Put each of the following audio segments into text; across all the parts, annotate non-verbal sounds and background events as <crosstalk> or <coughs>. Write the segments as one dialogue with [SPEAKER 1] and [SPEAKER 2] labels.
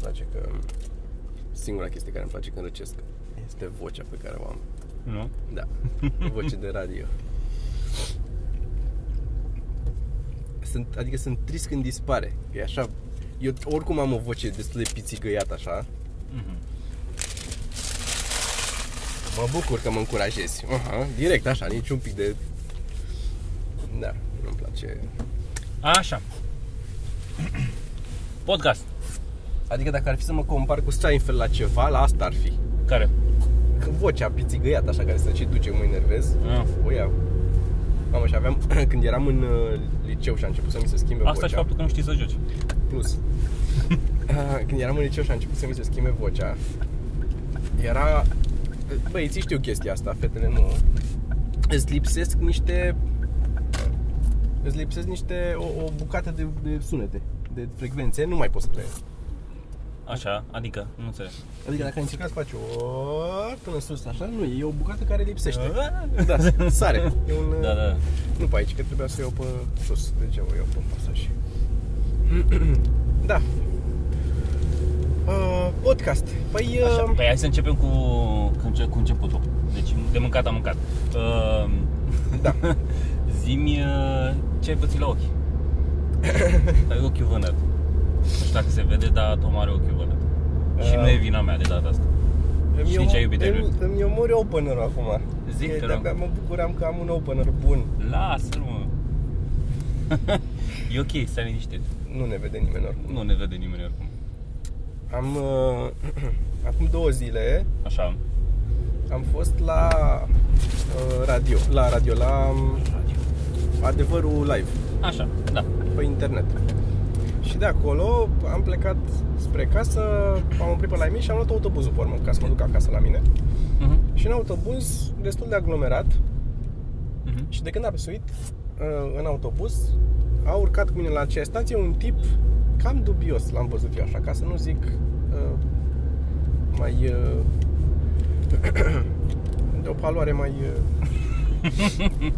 [SPEAKER 1] place că singura chestie care îmi place când răcesc este vocea pe care o am.
[SPEAKER 2] Nu?
[SPEAKER 1] Da, voce de radio. Sunt, adică sunt trist când dispare. Că e așa, eu oricum am o voce destul de pițigăiată așa. Mă bucur că mă încurajezi. Aha, direct așa, niciun pic de... Da, nu-mi place.
[SPEAKER 2] Așa. Podcast.
[SPEAKER 1] Adică dacă ar fi să mă compar cu Seinfeld la ceva, la asta ar fi.
[SPEAKER 2] Care?
[SPEAKER 1] Că vocea pițigăiată așa care se și duce, mă enervez.
[SPEAKER 2] Ah.
[SPEAKER 1] O iau. Mamă, și aveam, <clears throat> când eram în uh, liceu și a început să mi se schimbe
[SPEAKER 2] Asta
[SPEAKER 1] vocea.
[SPEAKER 2] și faptul că nu știi să joci.
[SPEAKER 1] plus. <laughs> Ah, Când eram în liceu și a început să mi se schimbe vocea, era... Băi, ți știu chestia asta, fetele nu... Îți lipsesc niște... Îți lipsesc niște... o, o bucată de, de sunete, de frecvențe, nu mai poți să le...
[SPEAKER 2] Așa, adică, nu înțeleg.
[SPEAKER 1] Adică dacă ai încercat să faci o până în sus, așa, nu, e o bucată care lipsește. Da,
[SPEAKER 2] <laughs>
[SPEAKER 1] sare. E un,
[SPEAKER 2] Da, da.
[SPEAKER 1] Nu pe aici, că trebuia să o iau pe sus. De ce o iau pe pasaj? <clears throat> da. Uh, podcast. Păi,
[SPEAKER 2] Așa,
[SPEAKER 1] uh,
[SPEAKER 2] păi hai să începem cu, cu, înce- cu începutul. Deci de mâncat am mâncat. Uh,
[SPEAKER 1] Da.
[SPEAKER 2] <laughs> Zimi uh, ce ai pățit la ochi?
[SPEAKER 1] <coughs>
[SPEAKER 2] ai ochiul vânăt. Nu știu dacă se vede, dar Tom are ochiul vânăt. Și
[SPEAKER 1] Ah.
[SPEAKER 2] nu e vina mea de data asta.
[SPEAKER 1] îmi,
[SPEAKER 2] știi ce ai iubit de
[SPEAKER 1] îmi,
[SPEAKER 2] lui?
[SPEAKER 1] îmi omor opener acum.
[SPEAKER 2] Zi,
[SPEAKER 1] Că
[SPEAKER 2] te rog.
[SPEAKER 1] de-abia mă bucuram că am un opener bun.
[SPEAKER 2] Lasă-l, mă. <laughs> e ok, stai liniștit.
[SPEAKER 1] Nu ne vede nimeni oricum.
[SPEAKER 2] Nu ne vede nimeni oricum.
[SPEAKER 1] Am, uh, <clears throat> acum două zile
[SPEAKER 2] Așa.
[SPEAKER 1] am fost la uh, radio, la radio, la um, adevărul live.
[SPEAKER 2] Așa, da.
[SPEAKER 1] pe internet. Și de acolo am plecat spre casă, am oprit pe la mine și am luat autobuzul pe urmă, ca să mă duc acasă la mine.
[SPEAKER 2] Mhm,
[SPEAKER 1] Și în autobuz, destul de aglomerat,
[SPEAKER 2] mhm.
[SPEAKER 1] și de când a suit uh, în autobuz, a urcat cu mine la aceea stație un tip cam dubios, l-am văzut eu așa, ca să nu zic uh, mai... Uh, <clears throat> de o paloare
[SPEAKER 2] <laughs>
[SPEAKER 1] mai... Uh,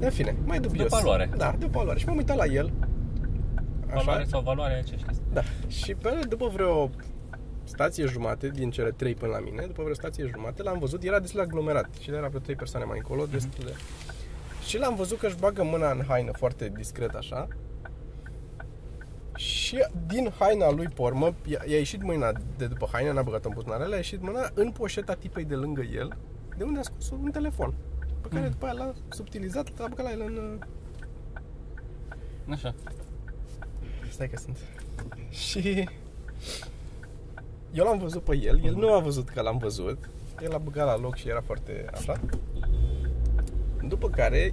[SPEAKER 1] în fine, mai dubios.
[SPEAKER 2] paloare.
[SPEAKER 1] Da, de o paloare. Și m-am uitat la el.
[SPEAKER 2] Valoare sau valoare, ce știi?
[SPEAKER 1] Da. Și pe după vreo stație jumate din cele trei până la mine, după vreo stație jumate, l-am văzut, era destul de aglomerat și era vreo trei persoane mai încolo, destul de... Și l-am văzut că își bagă mâna în haină foarte discret așa și din haina lui pe urmă, i-a i-a ieșit mâna de după haină, n-a băgat în buzunarele, a ieșit mâna în poșeta tipei de lângă el, de unde a scos un telefon, pe care după aia l-a subtilizat, l-a băgat la el în uh,
[SPEAKER 2] Așa.
[SPEAKER 1] Stai că sunt. Și eu l-am văzut pe el, el nu a văzut că l-am văzut. El a băgat la loc și era foarte așa. După care,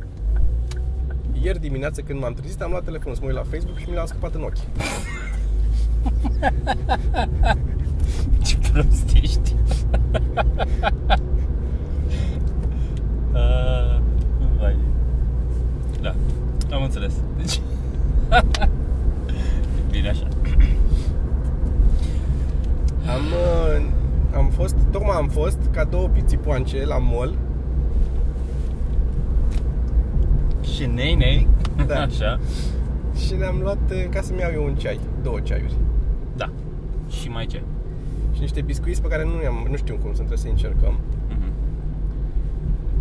[SPEAKER 1] ieri dimineață când m-am trezit, am luat telefonul să mă uit la Facebook și mi l-a scăpat în ochi.
[SPEAKER 2] <laughs> Ce prost <laughs> ești Ah, Vai Da, am înțeles Deci <laughs> Bine așa
[SPEAKER 1] Am, uh, am fost, tocmai am fost ca două pițipoance la mall.
[SPEAKER 2] Și nei, <laughs> nei
[SPEAKER 1] Da.
[SPEAKER 2] Așa
[SPEAKER 1] și ne-am luat uh, ca să-mi iau eu un ceai, două ceaiuri.
[SPEAKER 2] Da Și mai ce?
[SPEAKER 1] Și niște biscuiți pe care nu, i-am, nu știu cum sunt, trebuie să încercăm.
[SPEAKER 2] Mhm.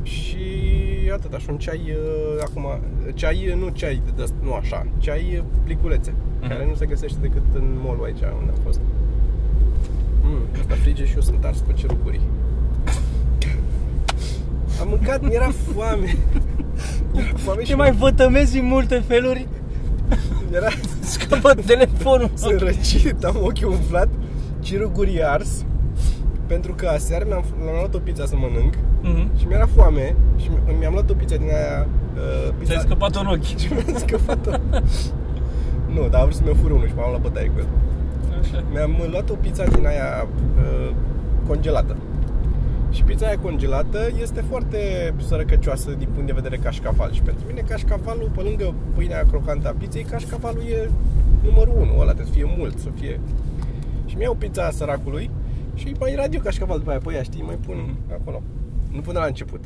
[SPEAKER 1] Și atât, așa un ceai uh, acum, ceai uh, nu ceai de dăst, nu așa, ceai uh, pliculețe,
[SPEAKER 2] Mhm.
[SPEAKER 1] care nu se găsește decât în mall aici unde am fost. Mm, asta frige și eu sunt ars cu cerugurii. Am mâncat, mi-era foame. Era foame și
[SPEAKER 2] Te mai vătămezi în multe feluri
[SPEAKER 1] era
[SPEAKER 2] Scapă telefonul
[SPEAKER 1] sunt răcit, am ochiul umflat, cirugurii ars, pentru că aseară mi-am, mi-am luat o pizza să mănânc
[SPEAKER 2] <laughs> Mhm.
[SPEAKER 1] și mi-era foame și mi- mi-am luat o pizza din aia uh,
[SPEAKER 2] Ți-ai
[SPEAKER 1] pizza,
[SPEAKER 2] scăpat un ochi
[SPEAKER 1] Și mi-a scăpat-o Nu, dar a vrut să mi-o fur unul și m-am luat la bătaie cu el
[SPEAKER 2] Așa
[SPEAKER 1] Mi-am luat o pizza din aia uh, congelată Și pizza aia congelată este foarte sărăcăcioasă din punct de vedere cașcaval Și pentru mine cașcavalul, pe lângă pâinea crocantă a pizzei Cașcavalul e numărul 1, ăla trebuie să fie mult, să fie Și mi-au pizza a săracului și îi mai radio cașcaval după aia Păi, știi, mai pun acolo Nu până la început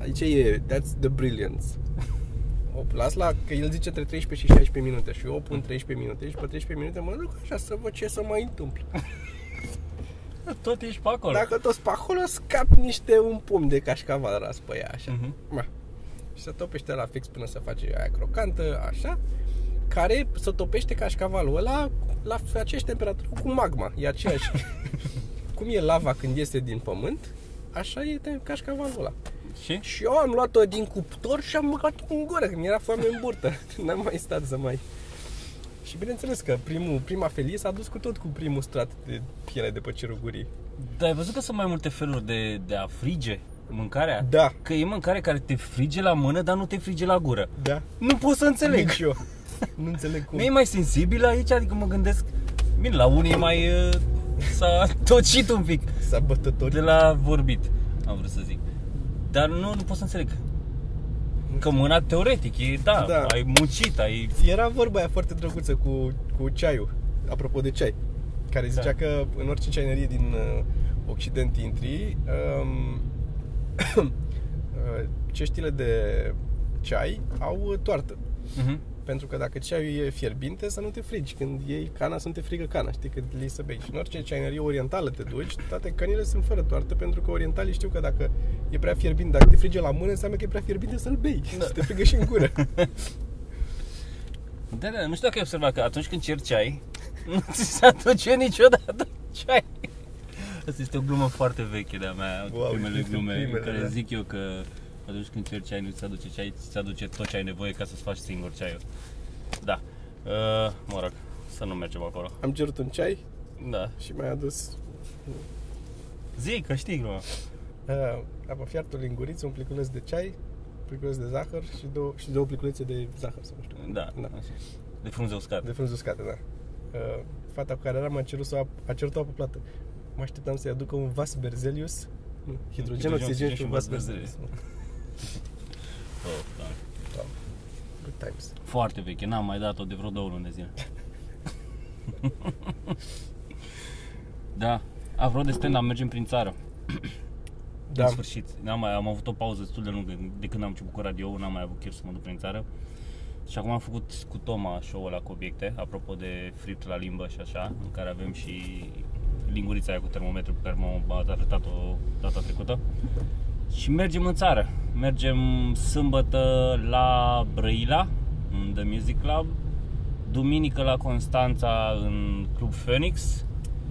[SPEAKER 1] Aici e, that's the brilliance o las la, că el zice între 13 și 16 minute și eu o pun 13 minute și pe 13 minute mă duc așa să văd ce să mai întâmplă.
[SPEAKER 2] Tot ești pe acolo.
[SPEAKER 1] Dacă tot pe acolo, scap niște un pom de cașcaval ras pe ea, așa.
[SPEAKER 2] Mhm.
[SPEAKER 1] Ma. Și se topește la fix până se face aia crocantă, așa, care se topește cașcavalul ăla la aceeași temperatură cu magma, e aceeași. Cum e lava când iese din pământ, așa e te- cașcavalul ăla.
[SPEAKER 2] Și?
[SPEAKER 1] Și eu am luat-o din cuptor și am mâncat în gură, că mi-era foame în burtă. <laughs> N-am mai stat să mai... Și bineînțeles că primul, prima felie s-a dus cu tot cu primul strat de piele de pe cerul gurii.
[SPEAKER 2] Dar ai văzut că sunt mai multe feluri de, de a frige mâncarea?
[SPEAKER 1] Da.
[SPEAKER 2] Că e mâncare care te frige la mână, dar nu te frige la gură.
[SPEAKER 1] Da.
[SPEAKER 2] Nu pot să înțeleg.
[SPEAKER 1] Nici eu. Nu înțeleg cum.
[SPEAKER 2] Nu e mai sensibil aici? Adică mă gândesc... Bine, la unii e mai... uh, S-a <laughs> tocit un pic
[SPEAKER 1] S-a bătătorit.
[SPEAKER 2] de la vorbit, am vrut să zic. Dar nu, nu pot să înțeleg. Că mâna teoretic, e, da,
[SPEAKER 1] Da.
[SPEAKER 2] ai muncit, ai...
[SPEAKER 1] Era vorba aia foarte drăguță cu, cu ceaiul, apropo de ceai, care zicea
[SPEAKER 2] Da.
[SPEAKER 1] că în orice ceainărie din uh, Occident intri, um, <coughs> uh, ceștile de ceai au uh, toartă.
[SPEAKER 2] Mhm.
[SPEAKER 1] Pentru că dacă ceaiul e fierbinte, să nu te frigi. Când iei cana, să nu te frigă cana, știi, când le iei să bei. Și în orice ceainărie orientală te duci, toate canile sunt fără toartă, pentru că orientalii știu că dacă e prea fierbinte, dacă te frige la mână, înseamnă că e prea fierbinte să-l bei. Da. Să te frigă și în gură.
[SPEAKER 2] Da, da, nu știu dacă ai observat că atunci când cer ceai, <laughs> nu ți se aduce niciodată ceai. Asta este o glumă foarte veche de-a mea,
[SPEAKER 1] Wow,
[SPEAKER 2] wow, primele
[SPEAKER 1] este
[SPEAKER 2] glume
[SPEAKER 1] primele,
[SPEAKER 2] în care
[SPEAKER 1] da.
[SPEAKER 2] zic eu că atunci când cer ceai nu ți se aduce ceai, ți se aduce tot ce ai nevoie ca să-ți faci singur ceaiul. Da, uh, mă rog, să nu mergem acolo.
[SPEAKER 1] Am cerut un ceai
[SPEAKER 2] Da,
[SPEAKER 1] și mi-a adus
[SPEAKER 2] zi că știi gluma.
[SPEAKER 1] Uh, apă fiartă, linguriță, un pliculeț de ceai, un pliculeț de zahăr și două, și două pliculețe de zahăr, să nu știu.
[SPEAKER 2] Da,
[SPEAKER 1] da.
[SPEAKER 2] da. de frunze uscate.
[SPEAKER 1] De frunze uscate, da. Uh, fata cu care eram a cerut, o ap- a cerut o apă plată. Mă așteptam să-i aducă un vas berzelius, nu, hidrogen,
[SPEAKER 2] Hidrogen,
[SPEAKER 1] oxigen și un vas
[SPEAKER 2] berzelius.
[SPEAKER 1] berzelius.
[SPEAKER 2] Oh, da.
[SPEAKER 1] Good times.
[SPEAKER 2] Foarte veche, n-am mai dat-o de vreo două luni de zile. da, apropo de stand mergem prin țară. Da.
[SPEAKER 1] Da,
[SPEAKER 2] În sfârșit, n-am mai, am avut o pauză destul de lungă de când am început cu radio, n-am mai avut chef să mă duc prin țară. Și acum am făcut cu Toma show-ul ăla cu obiecte, apropo de fript la limbă și așa, în care avem și lingurița aia cu termometru pe care m-am arătat-o data trecută. Și mergem în țară. Mergem sâmbătă la Brăila, în The Music Club, duminică la Constanța în Club Phoenix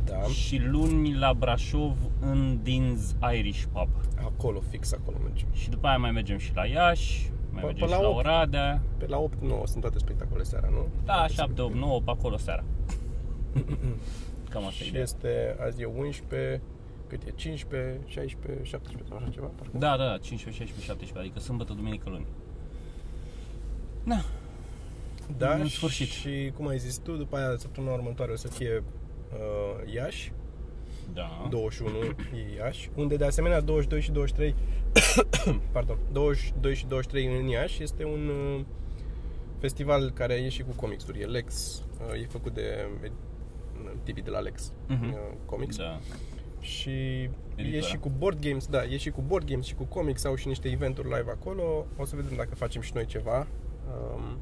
[SPEAKER 1] da,
[SPEAKER 2] și luni la Brașov în Din's Irish Pub.
[SPEAKER 1] acolo, fix acolo mergem.
[SPEAKER 2] Și după aia mai mergem și la Iași, mai
[SPEAKER 1] Pă-
[SPEAKER 2] mergem
[SPEAKER 1] până
[SPEAKER 2] și
[SPEAKER 1] la
[SPEAKER 2] la
[SPEAKER 1] opt.
[SPEAKER 2] Oradea.
[SPEAKER 1] Pe la 8-9 sunt toate spectacole seara, nu?
[SPEAKER 2] Da, 7, 8, 9, pe acolo seara.
[SPEAKER 1] <clears throat>
[SPEAKER 2] Cam asta e
[SPEAKER 1] Și
[SPEAKER 2] ideea.
[SPEAKER 1] este, azi e 11, cât e, 15, 16, 17 sau așa ceva, parcă.
[SPEAKER 2] Da, da, da, 15, 16, 17, adică sâmbătă, duminică, luni. Na,
[SPEAKER 1] Da,
[SPEAKER 2] În sfârșit.
[SPEAKER 1] și cum ai zis tu, după aia săptămâna următoare o să fie uh, Iași,
[SPEAKER 2] da.
[SPEAKER 1] 21 e Iași, unde de asemenea 22 și 23, <coughs> pardon, 22 și 23 în Iași este un uh, festival care e și cu comicsuri, e Lex, uh, e făcut de uh, tipii de la Lex
[SPEAKER 2] Mhm.
[SPEAKER 1] uh, Comics
[SPEAKER 2] Da.
[SPEAKER 1] și e
[SPEAKER 2] Editura.
[SPEAKER 1] și cu board games, da, e și cu board games și cu comics, au și niște eventuri live acolo. O să vedem dacă facem și noi ceva um,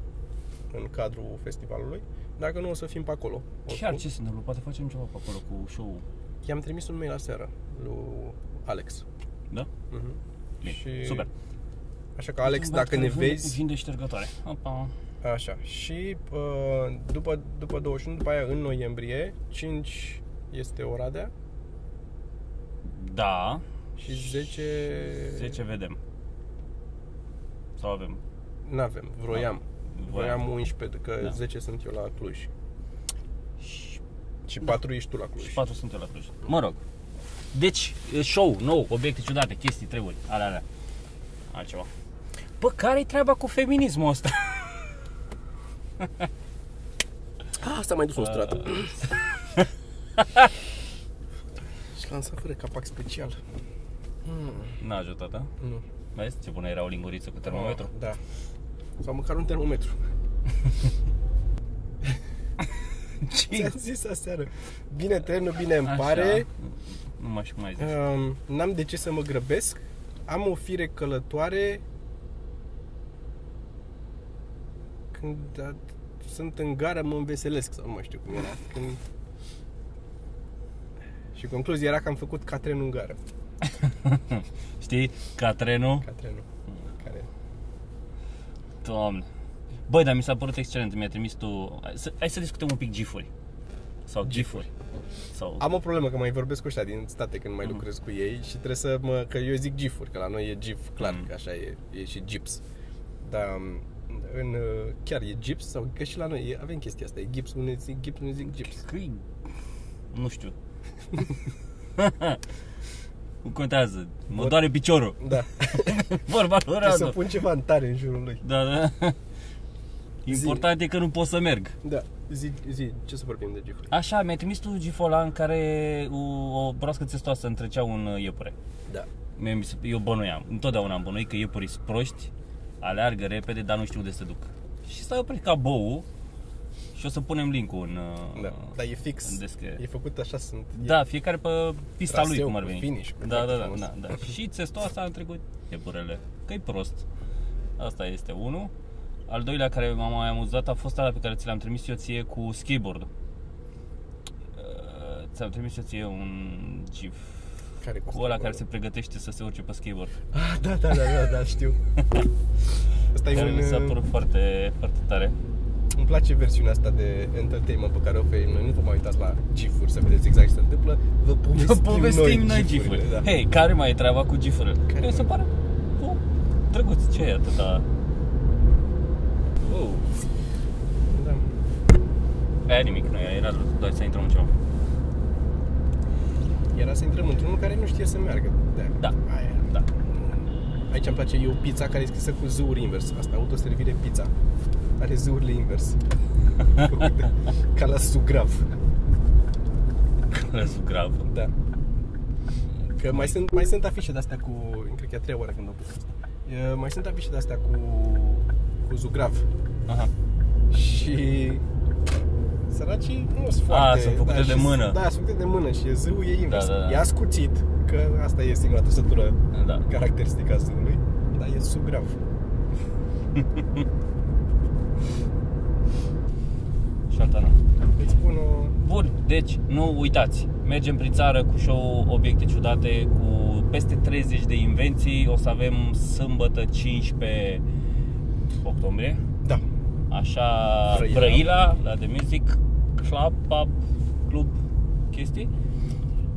[SPEAKER 1] în cadrul festivalului. Dacă nu, o să fim pe acolo.
[SPEAKER 2] Chiar
[SPEAKER 1] Oricum.
[SPEAKER 2] ce se întâmplă? Poate facem ceva pe acolo cu show-ul.
[SPEAKER 1] I-am trimis un mail aseară lui Alex.
[SPEAKER 2] Da?
[SPEAKER 1] Mhm.
[SPEAKER 2] Bine,
[SPEAKER 1] Și-
[SPEAKER 2] super.
[SPEAKER 1] Așa că, Alex,
[SPEAKER 2] Un băiat
[SPEAKER 1] Deci, dacă ne
[SPEAKER 2] care vinde-
[SPEAKER 1] vezi...
[SPEAKER 2] Vinde ștergătoare. Opa.
[SPEAKER 1] Așa. Și uh, după, după 21, după aia, în noiembrie, 5 este Oradea
[SPEAKER 2] Da.
[SPEAKER 1] și 10...
[SPEAKER 2] 10 vedem. Sau avem.
[SPEAKER 1] N-avem, vroiam. Voiam 11, că
[SPEAKER 2] Da.
[SPEAKER 1] 10 sunt eu la Cluj.
[SPEAKER 2] Și
[SPEAKER 1] Și 4 ești tu la Cluj.
[SPEAKER 2] Și patru sunt eu la Cluj. Mă rog. Deci, e show, nou, obiecte ciudate, chestii, treburi, alea, alea. Altceva. Bă, care-i treaba cu feminismul ăsta?
[SPEAKER 1] Ah, asta mai dus
[SPEAKER 2] Da.
[SPEAKER 1] un <laughs> strat. Și lansat fără capac special.
[SPEAKER 2] N-a ajutat, da?
[SPEAKER 1] Nu.
[SPEAKER 2] Vezi ce bună era o linguriță cu <laughs> termometru?
[SPEAKER 1] Da. Sau măcar un termometru.
[SPEAKER 2] Ce?
[SPEAKER 1] Ți-am zis aseară. Bine trenul, bine îmi
[SPEAKER 2] Așa.
[SPEAKER 1] pare.
[SPEAKER 2] Nu mai știu cum ai zis.
[SPEAKER 1] Um, n-am de ce să mă grăbesc. Am o fire călătoare Dar sunt în gară, mă înveselesc sau nu mai știu cum era. Când... Și concluzia era că am făcut ca trenul în gară.
[SPEAKER 2] Știi? Ca trenul.
[SPEAKER 1] Ca trenul.
[SPEAKER 2] Hmm.
[SPEAKER 1] Care...
[SPEAKER 2] Doamne. Băi, dar mi s-a părut excelent. Mi-a trimis tu... Hai să, hai să discutăm un pic gifuri. Sau gifuri. Sau...
[SPEAKER 1] Am o problemă că mai vorbesc cu ăștia din state când
[SPEAKER 2] Mhm.
[SPEAKER 1] mai lucrez cu ei și trebuie să mă... Că eu zic gifuri, că la noi e gif, clar,
[SPEAKER 2] Mhm.
[SPEAKER 1] că așa e, e și gips. Dar m, în, uh, chiar e gips sau că și la noi e, avem chestia asta, e gips, unii zic gips, unii zic gips.
[SPEAKER 2] Că Nu știu. <laughs> nu contează. Mă
[SPEAKER 1] Vor-
[SPEAKER 2] doare piciorul. <laughs>
[SPEAKER 1] Da,
[SPEAKER 2] Vorba lui
[SPEAKER 1] trebuie să
[SPEAKER 2] Radu.
[SPEAKER 1] pun ceva în tare în jurul lui.
[SPEAKER 2] Da, da. Important e că nu pot să merg.
[SPEAKER 1] Da, zi, zi, ce să vorbim de gifuri?
[SPEAKER 2] Așa, mi-ai trimis tu gifola în care o, o broască țestoasă întrecea un uh, iepure.
[SPEAKER 1] Da.
[SPEAKER 2] Mie mi se- Eu bănuiam, întotdeauna am bănuit că iepurii sunt proști, aleargă repede, dar nu știu unde se duc. Și stai oprit ca bou și o să punem link-ul în... uh,
[SPEAKER 1] Da, dar e fix,
[SPEAKER 2] în descriere.
[SPEAKER 1] e făcut așa, sunt
[SPEAKER 2] Da, fiecare pe pista
[SPEAKER 1] Traseu
[SPEAKER 2] lui, cum ar
[SPEAKER 1] cu
[SPEAKER 2] veni.
[SPEAKER 1] finish, cu
[SPEAKER 2] da, da, da,
[SPEAKER 1] frumos.
[SPEAKER 2] da, da. <laughs> Și țestoasa a trecut iepurele, că e prost. Asta este unul. Al doilea care m-a mai amuzat a fost ala pe care ți l-am trimis eu ție cu skateboard uh, Ți-am trimis eu ție un gif
[SPEAKER 1] Care
[SPEAKER 2] cu ăla care se pregătește să se urce pe skateboard
[SPEAKER 1] Ah, da, da, da, da, da,
[SPEAKER 2] <laughs>
[SPEAKER 1] știu. Asta e
[SPEAKER 2] Care mi s-a
[SPEAKER 1] un... uh,
[SPEAKER 2] părut foarte, foarte tare
[SPEAKER 1] Îmi place versiunea asta de entertainment pe care o oferim noi. Nu vă mai uitați la gifuri să vedeți exact ce se întâmplă. Vă povestim, gifurile, Da.
[SPEAKER 2] Hei, care mai e treaba cu gifurile?
[SPEAKER 1] Care
[SPEAKER 2] Care mi se
[SPEAKER 1] mai
[SPEAKER 2] pare o, drăguț, ce e atâta? Oh.
[SPEAKER 1] Da.
[SPEAKER 2] Aia nimic, nu era doar să intrăm în ceva. <laughs>
[SPEAKER 1] Era să intrăm într-unul care nu știe să meargă. Da.
[SPEAKER 2] Da.
[SPEAKER 1] Aia. era.
[SPEAKER 2] Da.
[SPEAKER 1] Aici îmi place eu pizza care e scrisă cu zâuri invers. Asta, autoservire pizza. Are zâurile <laughs> invers. Făcute Ca la sugrav.
[SPEAKER 2] Răsul grav.
[SPEAKER 1] Da. Că mai sunt, mai sunt afișe de astea cu... Cred că e a treia oară când o pus asta. E, Mai sunt afișe de astea cu, cu zugrav.
[SPEAKER 2] Aha.
[SPEAKER 1] Și săracii nu sunt foarte...
[SPEAKER 2] sunt făcute de
[SPEAKER 1] și-
[SPEAKER 2] mână.
[SPEAKER 1] Da, sunt făcute de mână și zâul e invers.
[SPEAKER 2] da, da.
[SPEAKER 1] E ascuțit, că asta e singura trăsătură
[SPEAKER 2] Da.
[SPEAKER 1] caracteristică a zâului, dar e subgrav.
[SPEAKER 2] Și Antana.
[SPEAKER 1] Îți spun o...
[SPEAKER 2] Bun, deci nu uitați, mergem prin țară cu show obiecte ciudate, cu peste 30 de invenții, o să avem sâmbătă 15 octombrie,
[SPEAKER 1] Da.
[SPEAKER 2] așa
[SPEAKER 1] Brăila.
[SPEAKER 2] Brăila, la The Music Club, pub, club, chestii.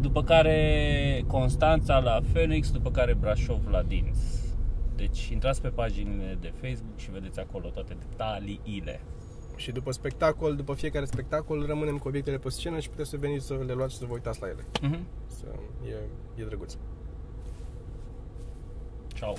[SPEAKER 2] După care Constanța la Phoenix, după care Brașov la Dins. Deci intrați pe paginile de Facebook și vedeți acolo toate detaliile.
[SPEAKER 1] Și după spectacol, după fiecare spectacol, rămânem cu obiectele pe scenă și puteți să veniți să le luați și să vă uitați la ele.
[SPEAKER 2] Mhm.
[SPEAKER 1] Să, e, e drăguț.